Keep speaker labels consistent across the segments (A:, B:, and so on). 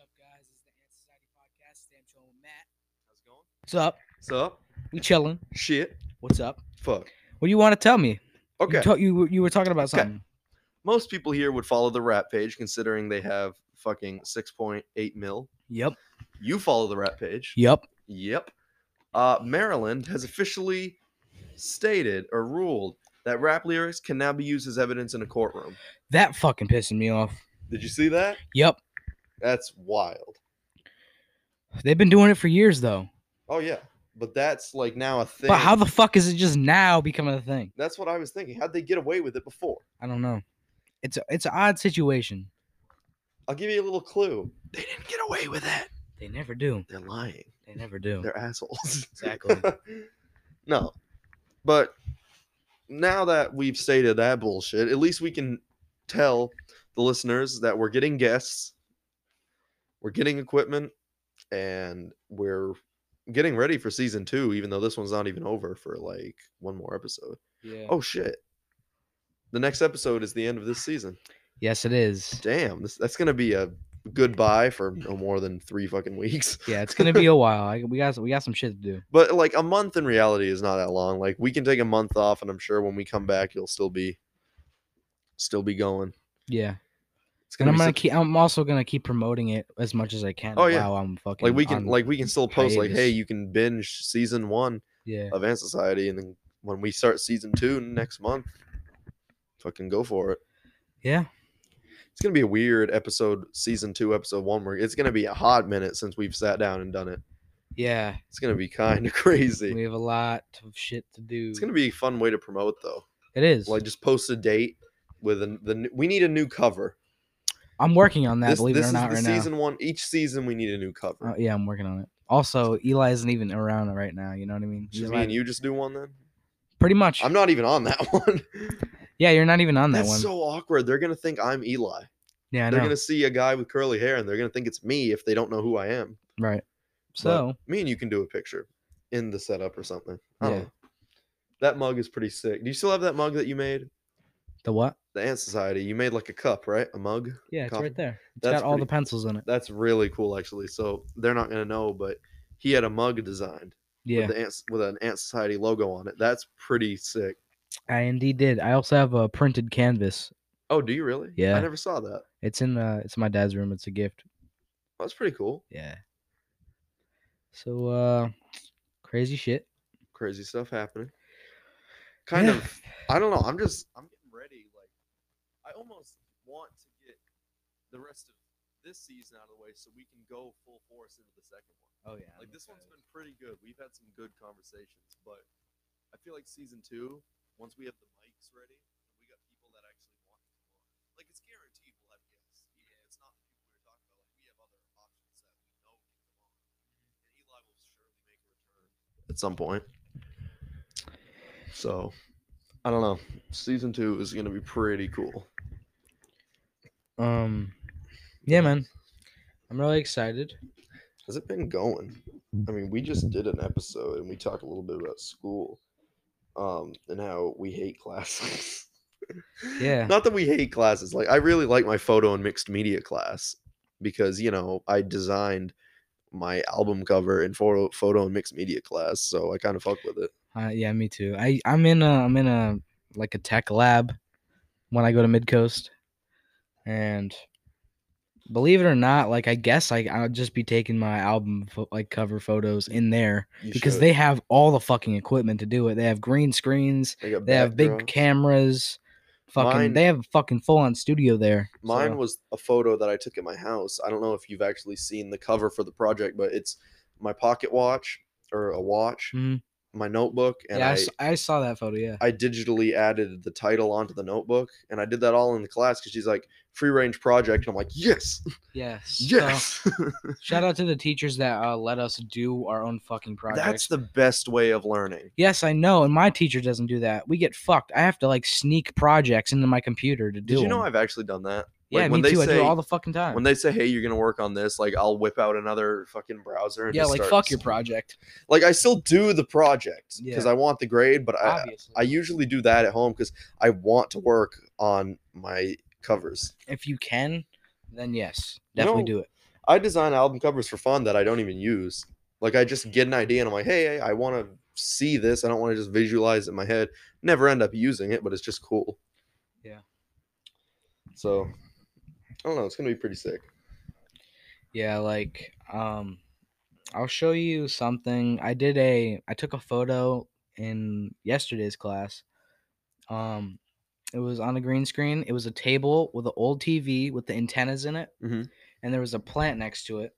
A: up, guys? It's the Anti Society Podcast. Today I'm chilling with Matt.
B: How's it going?
A: What's up?
B: What's up?
A: We chilling.
B: Shit.
A: What's up?
B: Fuck.
A: What do you want to tell me?
B: Okay.
A: You, to- you, were- you were talking about
B: Okay.
A: something.
B: Most people here would follow the rap page considering they have fucking 6.8 mil.
A: Yep.
B: You follow the rap page.
A: Yep.
B: Yep. Uh, Maryland has officially stated or ruled that rap lyrics can now be used as evidence in a courtroom.
A: That fucking pissing me off.
B: Did you see that?
A: Yep.
B: That's wild.
A: They've been doing it for years, though.
B: Oh, yeah. But that's like now a thing.
A: But how the fuck is it just now becoming a thing?
B: that's what I was thinking. How'd they get away with it before?
A: I don't know. It's a, it's an odd situation.
B: I'll give you a little clue. They didn't get away with it.
A: They never do.
B: They're lying.
A: They never do.
B: They're assholes.
A: Exactly.
B: no. But now that we've stated that bullshit, at least we can tell the listeners that we're getting guests, we're getting equipment, and we're getting ready for season two, even though this one's not even over for like one more episode.
A: yeah.
B: Oh, shit. The next episode is the end of this season.
A: Yes, it is.
B: Damn, this, that's going to be a goodbye for no more than three fucking weeks.
A: Yeah, it's gonna be a while. I, we got we got some shit to do.
B: But like a month in reality is not that long. Like we can take a month off, and I'm sure when we come back, you'll still be, still be going.
A: Yeah,
B: It's
A: and
B: gonna
A: I'm
B: be
A: gonna
B: such-
A: keep. I'm also gonna keep promoting it as much as I can.
B: Oh, yeah.
A: while I'm fucking.
B: like we can
A: on-
B: like we can still post like, hey,
A: hiatus.
B: you can binge season one
A: yeah.
B: of Ant Society, and then when we start season two next month, fucking go for it.
A: Yeah.
B: It's gonna be a weird episode, season two, episode one. Where it's gonna be a hot minute since we've sat down and done it.
A: Yeah.
B: It's gonna be kind of crazy.
A: We have a lot of shit to do.
B: It's gonna be a fun way to promote though.
A: It is.
B: Like just post a date with an, the n- we need a new cover.
A: I'm working on that.
B: this,
A: believe
B: this
A: it or
B: is
A: not,
B: the
A: right
B: season one. Each season we need a new cover.
A: now. Uh, yeah, I'm working on it. Also, Eli isn't even around right now. You know what I mean?
B: Should
A: Eli-
B: me and you just do one then?
A: Pretty much.
B: I'm not even on that one.
A: yeah, you're not even on that
B: That's
A: one.
B: so awkward. They're gonna think I'm Eli.
A: yeah, I know.
B: They're gonna see a guy with curly hair and they're gonna think it's me if they don't know who I am.
A: Right.
B: But
A: So
B: me and you can do a picture in the setup or something. I don't
A: Yeah.
B: know. That mug is pretty sick. Do you still have that mug that you made?
A: the what?
B: The Ant Society. You made like a cup, right? A mug.
A: Yeah, it's
B: Coffee.
A: right there. It's
B: That's
A: got all the
B: pretty-
A: pencils in it.
B: That's really cool, actually. So they're not gonna know, but he had a mug designed
A: Yeah,
B: with, the Ant, with an Ant Society logo on it. That's pretty sick.
A: I indeed did. I also have a printed canvas.
B: Oh, do you really?
A: Yeah.
B: I never saw that.
A: It's in uh, it's in my dad's room. It's a gift.
B: That's pretty cool.
A: Yeah. So uh crazy shit.
B: Crazy stuff happening. Kind
A: Yeah.
B: of. I don't know. I'm just. I'm getting ready. Like, I almost want to get the rest of this season out of the way so we can go full force into the second one.
A: Oh yeah.
B: Like this one's been pretty good. We've had some good conversations, but I feel like season two, once we have the mics ready, and we got people that actually want to come on. Like it's guaranteed we'll have guests. Even if it's not the people we were talking about, like we have other options that we know can come on. And Eli will surely make a return at some point. So I don't know. Season two is gonna be pretty cool.
A: Um Yeah, man. I'm really excited.
B: Has it been going? I mean, we just did an episode and we talked a little bit about school, um, and how we hate classes.
A: Yeah.
B: Not that we hate classes. Like I really like my photo and mixed media class because you know I designed my album cover in photo photo and mixed media class, so I kind of fuck with it.
A: Uh, yeah, me too. I I'm in a I'm in a like a tech lab when I go to Midcoast, and believe it or not, like I guess I I'll just be taking my album pho- like cover photos in there
B: You
A: because
B: should.
A: they have all the fucking equipment to do it. They have green screens.
B: they, got
A: They have big
B: backdrops.
A: cameras. Fucking,
B: Mine-
A: they have a fucking full on studio there.
B: Mine
A: so-
B: was a photo that I took at my house. I don't know if you've actually seen the cover for the project, but it's my pocket watch or a watch,
A: Mhm.
B: my notebook, and
A: yeah, I
B: I,
A: s- I, saw that photo. Yeah,
B: I digitally added the title onto the notebook, and I did that all in the class because she's like free range project, and I'm like, yes,
A: yeah, so
B: yes.
A: shout out to the teachers that uh, let us do our own fucking projects.
B: That's the best way of learning.
A: Yes, I know, and my teacher doesn't do that. We get fucked. I have to like sneak projects into my computer to do.
B: Did you know
A: them.
B: I've actually done that?
A: yeah,
B: like,
A: me
B: when they
A: too. I do
B: say-
A: it all the fucking time.
B: When they say, "Hey, you're gonna work on this," like I'll whip out another fucking browser. And
A: yeah,
B: just
A: like
B: start-
A: fuck your project.
B: Like I still do the project because
A: Yeah.
B: I want the grade, but I,
A: obviously,
B: I usually do that at home because I want to work on my covers.
A: if you can, then yes,
B: You
A: definitely
B: know-
A: do it.
B: I design album covers for fun that I don't even use. Like I just get an idea and I'm like, hey, I want to see this. I don't want to just visualize it in my head. Never end up using it, but it's just cool.
A: Yeah.
B: So I don't know. It's gonna be pretty sick.
A: Yeah, like um I'll show you something. I did a I took a photo in yesterday's class. Um it was on a green screen. It was a table with an old TV with the antennas in it.
B: Mhm.
A: And there was a plant next to it.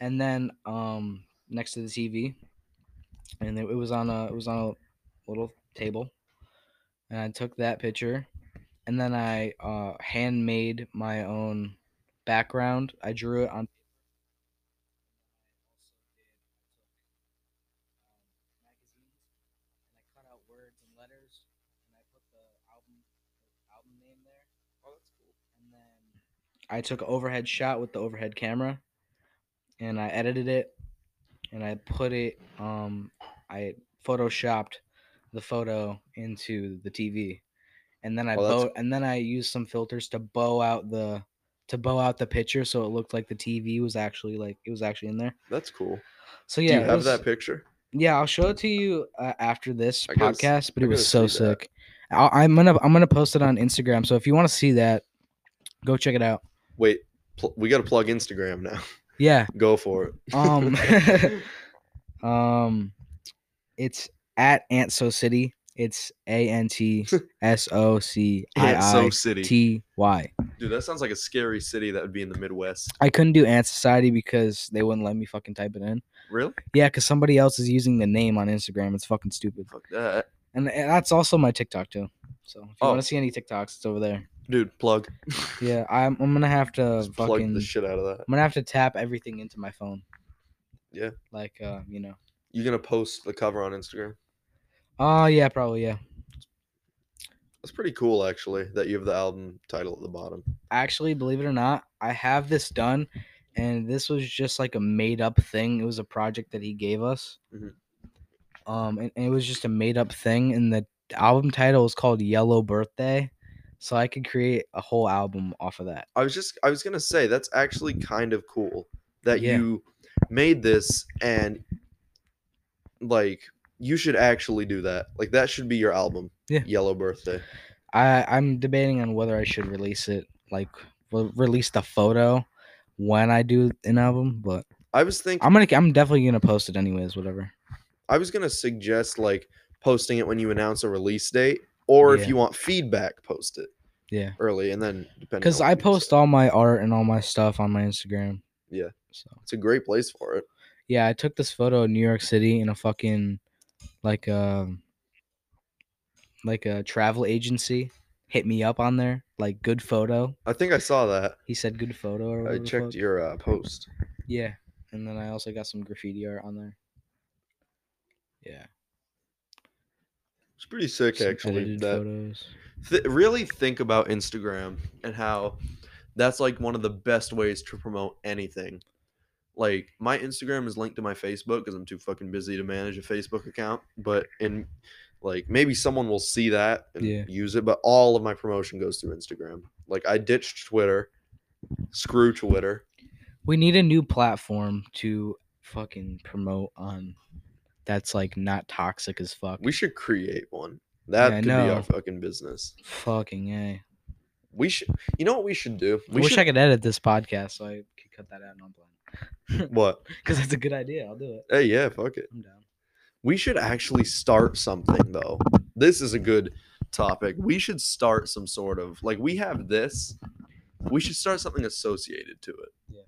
A: And then um next to the TV and it, it was on a it was on a little table. And I took that picture and then I uh handmade my own background. I drew it on. I took an overhead shot with the overhead camera, and I edited it, and I put it. Um, I photoshopped the photo into the TV, and then I
B: Oh, that's
A: bow, and then I used some filters to bow out the to bow out the picture so it looked like the TV was actually like it was actually in there.
B: That's cool.
A: So yeah,
B: Do you
A: it
B: have
A: was-
B: that picture?
A: yeah, I'll show it to you uh, after this
B: I gotta s-
A: podcast, but
B: I
A: it was so
B: gotta see that.
A: sick. I'll, I'm gonna I'm gonna post it on Instagram. So if you want to see that, go check it out.
B: Wait, pl- we got to plug Instagram now.
A: Yeah.
B: Go for it.
A: Um. um. It's at Antso City. It's A N T S O C I
B: so
A: I
B: city.
A: T Y.
B: Dude, that sounds like a scary city that would be in the Midwest.
A: I couldn't do Ant Society because they wouldn't let me fucking type it in.
B: Really?
A: Yeah, because somebody else is using the name on Instagram. It's fucking stupid.
B: Fuck that.
A: And, and that's also my TikTok too. So if you
B: Oh.
A: want to see any TikToks, it's over there.
B: Dude, plug.
A: Yeah, I'm, I'm gonna have to
B: Just plug
A: fucking.
B: the shit out of that.
A: I'm gonna have to tap everything into my phone.
B: Yeah.
A: Like uh, you know.
B: You gonna post the cover on Instagram?
A: Oh yeah, probably yeah.
B: That's pretty cool, actually, that you have the album title at the bottom.
A: Actually, believe it or not, I have this done, and this was just like a made up thing. It was a project that he gave us.
B: Mhm.
A: Um, and, and it was just a made up thing, and the album title is called Yellow Birthday. So I could create a whole album off of that.
B: I was just, I was gonna say that's actually kind of cool that
A: Yeah.
B: you made this and like you should actually do that. Like that should be your album.
A: Yeah.
B: Yellow Birthday.
A: I I'm debating on whether I should release it, like re- release the photo when I do an album, but
B: I was thinking.
A: I'm gonna I'm definitely gonna post it anyways, whatever.
B: I was gonna suggest like posting it when you announce a release date, or
A: Yeah.
B: if you want feedback, post it
A: Yeah,
B: early, and then depending.
A: because
B: on what
A: I
B: you decide.
A: post all my art and all my stuff on my Instagram.
B: Yeah.
A: So
B: It's a great place for it.
A: yeah, I took this photo in New York City in a fucking like um like a travel agency hit me up on there like good photo.
B: I think I saw that.
A: He said good photo or
B: I
A: whatever the
B: checked
A: fuck.
B: your uh, post.
A: Yeah, and then I also got some graffiti art on there. Yeah.
B: It's pretty sick,
A: some
B: actually.
A: edited
B: That
A: photos.
B: th- really think about Instagram and how that's like one of the best ways to promote anything. Like my Instagram is linked to my Facebook because I'm too fucking busy to manage a Facebook account. But in like maybe someone will see that and
A: Yeah.
B: use it. But all of my promotion goes through Instagram. Like I ditched Twitter. Screw Twitter.
A: We need a new platform to fucking promote on that's like not toxic as fuck.
B: We should create one. That
A: Yeah, I
B: could be our
A: know.
B: fucking business.
A: Fucking A.
B: We should. You know what we should do?
A: I
B: We
A: wish
B: should.
A: I could edit this podcast so I could cut that out and I'm
B: What?
A: Because that's a good idea. I'll do it.
B: Hey, yeah, fuck it.
A: I'm down.
B: We should actually start something though. This is a good topic. We should start some sort of like we have this. We should start something associated to it.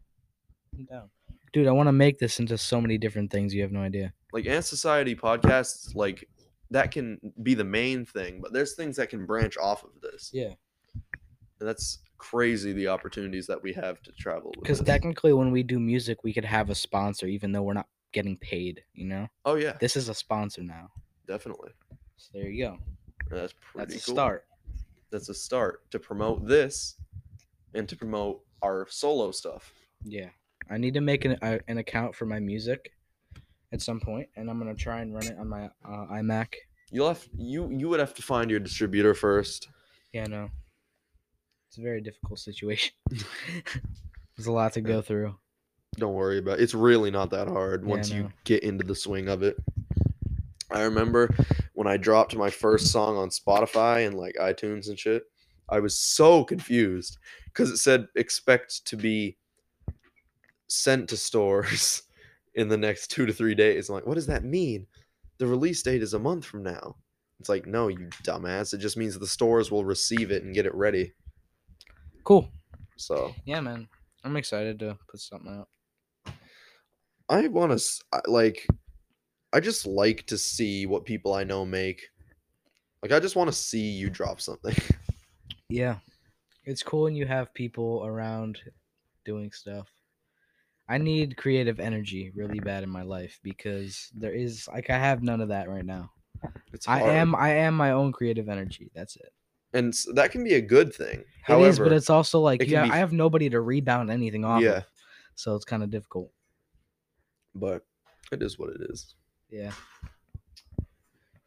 A: I'm down. Dude, I want to make this into so many different things. You have no idea.
B: Like Ant Society podcasts, like that can be the main thing, but there's things that can branch off of this.
A: Yeah.
B: And that's crazy the opportunities that we have to travel with.
A: Because
B: this.
A: technically, when we do music, we could have a sponsor, even though we're not getting paid. You know,
B: Oh yeah,
A: this is a sponsor now.
B: definitely.
A: So there you go.
B: That's pretty
A: That's a
B: cool.
A: start.
B: That's a start to promote this and to promote our solo stuff.
A: Yeah, I need to make an a, an account for my music at some point, and I'm gonna try and run it on my uh, iMac.
B: You'll have you you would have to find your distributor first.
A: Yeah, no, it's a very difficult situation. There's a lot to
B: Yeah.
A: go through.
B: don't worry about it. it's really not that hard
A: Yeah, I
B: once you
A: know.
B: get into the swing of it i remember when i dropped my first song on spotify and like itunes and shit i was so confused because it said expect to be sent to stores in the next two to three days i'm like what does that mean the release date is a month from now it's like no you dumbass it just means that the stores will receive it and get it ready
A: Cool.
B: so
A: Yeah, man. I'm excited to put something out.
B: I want to like. I just like to see what people I know make. Like, I just want to see you drop something.
A: Yeah. It's cool when you have people around doing stuff. I need creative energy really bad in my life because there is like I have none of that right now.
B: It's
A: I
B: hard.
A: am I am my own creative energy. That's it.
B: and s- that can be a good thing.
A: It is,
B: However,
A: but it's also like
B: it
A: yeah,
B: can be-
A: I have nobody to rebound anything off.
B: yeah,
A: Of, so it's kind of difficult.
B: but it is what it is.
A: Yeah.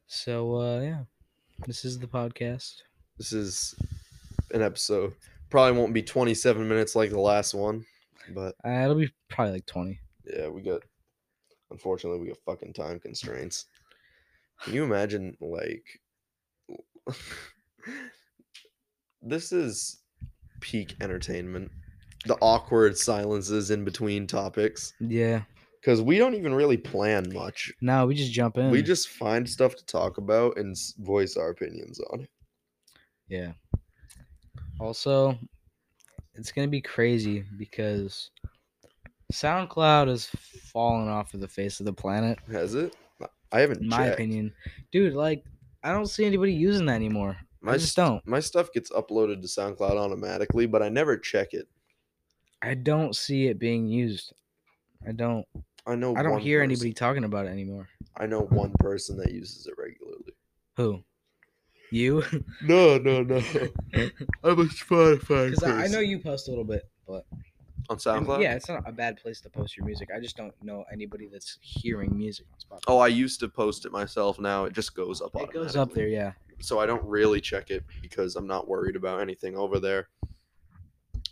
A: So uh yeah. This is the podcast.
B: This is an episode. Probably won't be 27 minutes like the last one, but
A: Uh, it'll be probably like 20.
B: yeah, we got. Unfortunately, we got fucking time constraints. Can you imagine, like, this is peak entertainment. The awkward silences in between topics
A: Yeah.
B: because we don't even really plan much.
A: No, we just jump in.
B: We just find stuff to talk about and s- voice our opinions on.
A: Yeah. Also, it's gonna be crazy because SoundCloud has fallen off of the face of the planet,
B: Has it? I haven't.
A: in my
B: checked.
A: opinion. Dude, like I don't see anybody using that anymore.
B: My
A: I just
B: st-
A: don't.
B: My stuff gets uploaded to SoundCloud automatically, but I never check it.
A: I don't see it being used. I don't
B: I know.
A: I don't
B: one
A: hear
B: person-
A: anybody talking about it anymore.
B: I know one person that uses it regularly.
A: Who? You?
B: No, no, no. I'm a Spotify
A: Because I, I know you post a little bit, but
B: on
A: and
B: SoundCloud.
A: yeah, it's not a bad place to post your music. I just don't know anybody that's hearing music on Spotify.
B: Oh, I used to post it myself. Now it just goes up.
A: it goes up
B: automatically.
A: there, yeah.
B: So I don't really check it because I'm not worried about anything over there.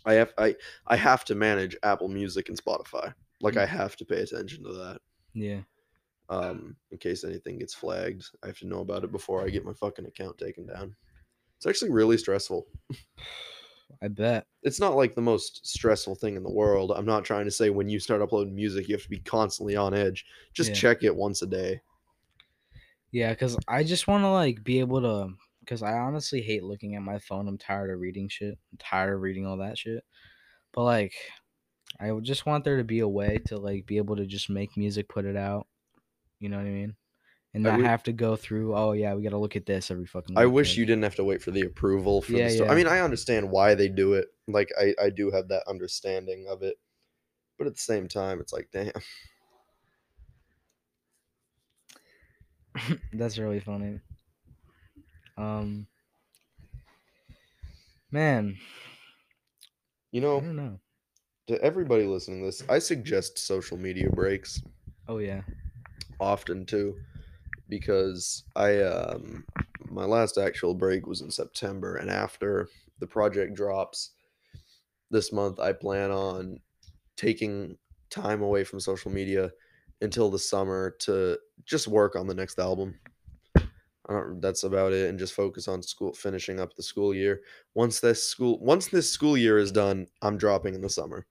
B: I have I I have to manage Apple Music and Spotify. Like
A: Mm.
B: I have to pay attention to that.
A: Yeah.
B: Um, in case anything gets flagged, I have to know about it before I get my fucking account taken down. It's actually really stressful.
A: I bet.
B: it's not like the most stressful thing in the world. I'm not trying to say when you start uploading music, you have to be constantly on edge. Just
A: Yeah.
B: check it once a day.
A: Yeah, because I just want to like be able to. Because I honestly hate looking at my phone. I'm tired of reading shit. I'm tired of reading all that shit. But like, I would just want there to be a way to like be able to just make music, put it out. You know what I mean? And
B: I
A: not
B: would-
A: have to go through. Oh yeah, we got to look at this every fucking.
B: I
A: week,"
B: wish
A: like-
B: you didn't have to wait for the approval for
A: Yeah,
B: the store. I
A: yeah.
B: mean, I understand why they do it. Like I, I do have that understanding of it. But at the same time, it's like, damn.
A: That's really funny. Um. Man,
B: You
A: I
B: know,
A: don't know.
B: to everybody listening to this, I suggest social media breaks
A: Oh yeah.
B: often too. Because I um my last actual break was in September and after the project drops this month i plan on taking time away from social media until the summer to just work on the next album I don't, that's about it and just focus on school finishing up the school year once this school once this school year is done i'm dropping in the summer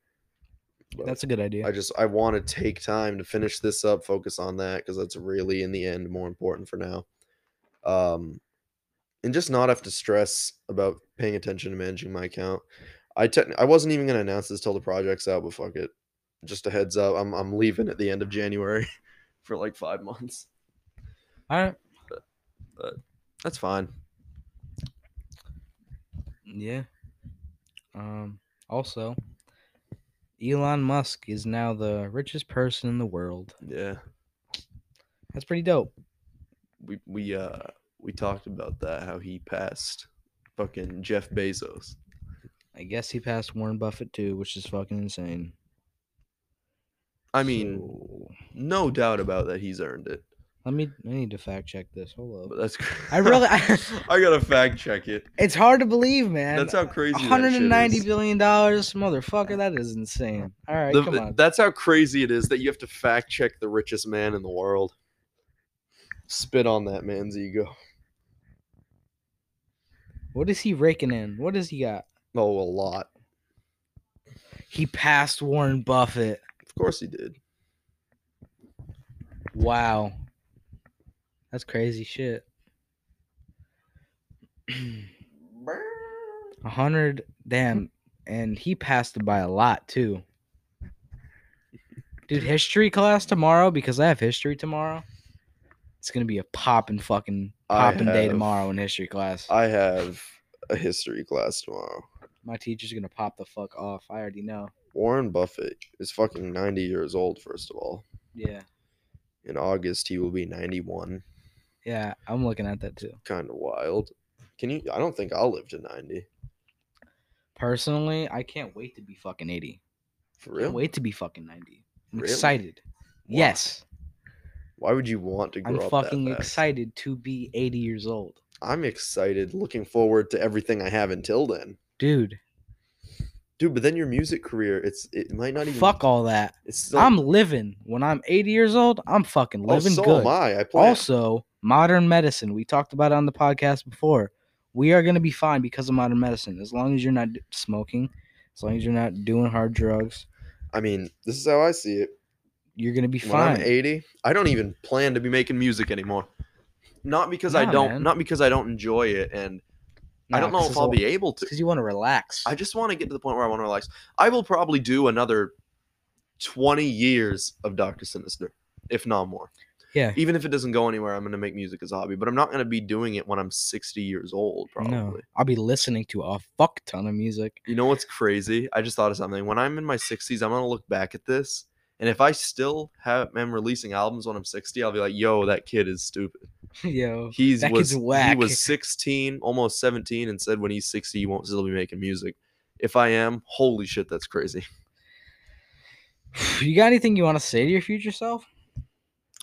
B: But
A: That's a good idea.
B: i just i want to take time to finish this up focus on that because that's really in the end more important for now um and just not have to stress about paying attention to managing my account I techni- I wasn't even gonna announce this till the project's out, but fuck it. Just a heads up, I'm I'm leaving at the end of January for like five months.
A: all right.
B: That's fine.
A: Yeah. Um, also, Elon Musk is now the richest person in the world.
B: Yeah,
A: That's pretty dope.
B: we we uh we talked about that how he passed fucking Jeff Bezos.
A: I guess he passed Warren Buffett too, which is fucking insane.
B: I mean,
A: So,
B: no doubt about that he's earned it.
A: Let me. I need to fact check this. Hold
B: But
A: up.
B: that's cr-
A: I really.
B: I gotta fact check it.
A: it's hard to believe, man.
B: That's how crazy. that shit
A: 190
B: is.
A: billion dollars, motherfucker. That is insane. All right,
B: The-
A: come on.
B: That's how crazy it is that you have to fact check the richest man in the world. Spit on that man's ego.
A: What is he raking in? What does he got?
B: Oh, a lot.
A: He passed Warren Buffett.
B: Of course he did.
A: Wow, that's crazy shit. A hundred, damn, and he passed it by a lot too. Dude, history class tomorrow because I have history tomorrow. It's gonna be a poppin' fucking
B: I
A: poppin' day
B: have-
A: tomorrow in history class.
B: I have a history class tomorrow.
A: My teacher's gonna pop the fuck off. I already know.
B: Warren Buffett is fucking 90 years old, first of all.
A: Yeah,
B: In August, he will be 91.
A: yeah, I'm looking at that too.
B: Kind of wild. Can you? I don't think I'll live to 90.
A: Personally, I can't wait to be fucking 80.
B: For
A: Can't
B: real?
A: wait to be fucking 90. I'm
B: Really?
A: excited.
B: Why?
A: Yes,
B: Why would you want to grow
A: I'm
B: up?
A: fucking
B: that fast?
A: excited to be 80 years old.
B: I'm excited, looking forward to everything I have until then.
A: Dude,
B: Dude, but then your music career, it's it might not even
A: fuck all that.
B: It's still,
A: I'm living. When I'm 80 years old, I'm fucking
B: oh,
A: living
B: so
A: good.
B: am I. I plan.
A: Also, modern medicine. We talked about it on the podcast before. We are going to be fine because of modern medicine. As long as you're not d- smoking, as long as you're not doing hard drugs,
B: I mean, this is how I see it.
A: you're going to be
B: When I'm
A: fine.
B: 80, I don't even plan to be making music anymore. Not because I
A: Nah,
B: don't,
A: man.
B: not because I don't enjoy it, and I don't know if I'll be able to.
A: Because you want to relax.
B: I just want to get to the point where I want to relax. I will probably do another 20 years of Doctor Sinister, if not more.
A: yeah.
B: Even if it doesn't go anywhere, I'm going to make music as a hobby, but I'm not going to be doing it when I'm 60 years old, probably.
A: No, I'll be listening to a fuck ton of music.
B: You know what's crazy? I just thought of something. When I'm in my 60s, I'm gonna look back at this, and if I still have am releasing albums when I'm 60, I'll be like, "Yo, that kid is stupid.
A: Yo,
B: He's
A: That
B: was
A: kid's whack."
B: he was 16, almost 17, and said when he's 60, you won't still be making music. If I am, holy shit, that's crazy.
A: you got anything you want to say to your future self?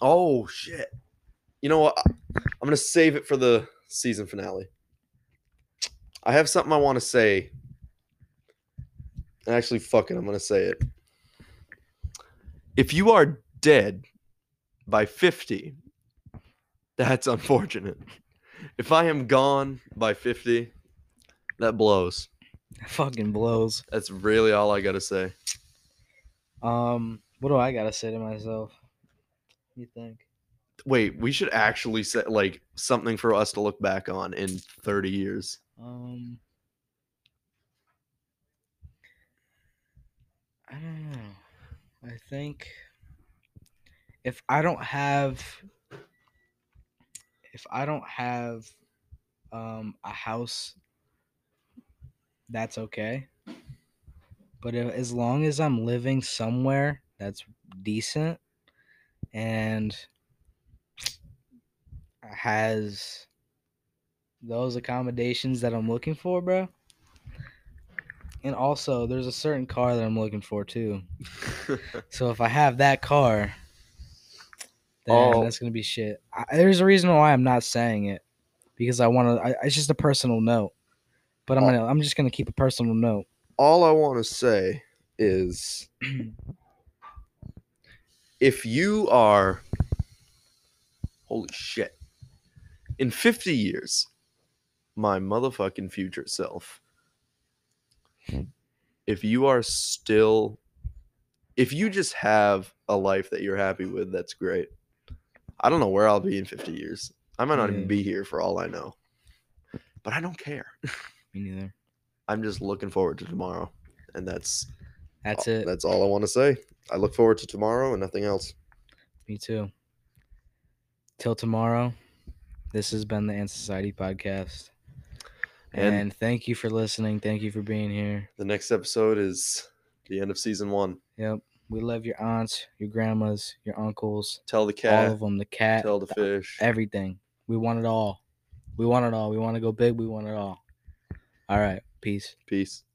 B: Oh shit. You know what? I- I'm gonna save it for the season finale. I have something I want to say. Actually, fuck it. I'm gonna say it. If you are dead by 50, that's unfortunate. If I am gone by 50, that blows.
A: That fucking blows.
B: That's really all I gotta say.
A: Um, what do I gotta say to myself? You think?
B: Wait, we should actually set like something for us to look back on in 30 years.
A: Um, I don't know. I think if I don't have, if I don't have, um, a house, that's okay. But if, as long as I'm living somewhere that's decent and has those accommodations that I'm looking for, bro. And also, there's a certain car that I'm looking for too. So if I have that car, then
B: Oh.
A: that's gonna be shit. I, there's a reason why I'm not saying it because I want to. It's just a personal note, but I'm
B: Oh.
A: gonna. I'm just gonna keep a personal note.
B: all I want to say is if you are holy shit in 50 years my motherfucking future self if you are still if you just have a life that you're happy with that's great i don't know where i'll be in 50 years i might not
A: Yeah.
B: even be here for all i know but i don't care
A: Me neither.
B: i'm just looking forward to tomorrow and that's
A: That's it.
B: Oh, that's all I want to say. I look forward to tomorrow and nothing else.
A: Me too. Till tomorrow, this has been the Ant Society podcast.
B: And-
A: and thank you for listening. Thank you for being here.
B: The next episode is the end of season one.
A: Yep. We love your aunts, your grandmas, your uncles,
B: Tell the
A: all
B: cat,
A: of them, the cat,
B: tell the fish.
A: everything. We want it all. We want it all. We want to go big. We want it all. All right. Peace.
B: Peace.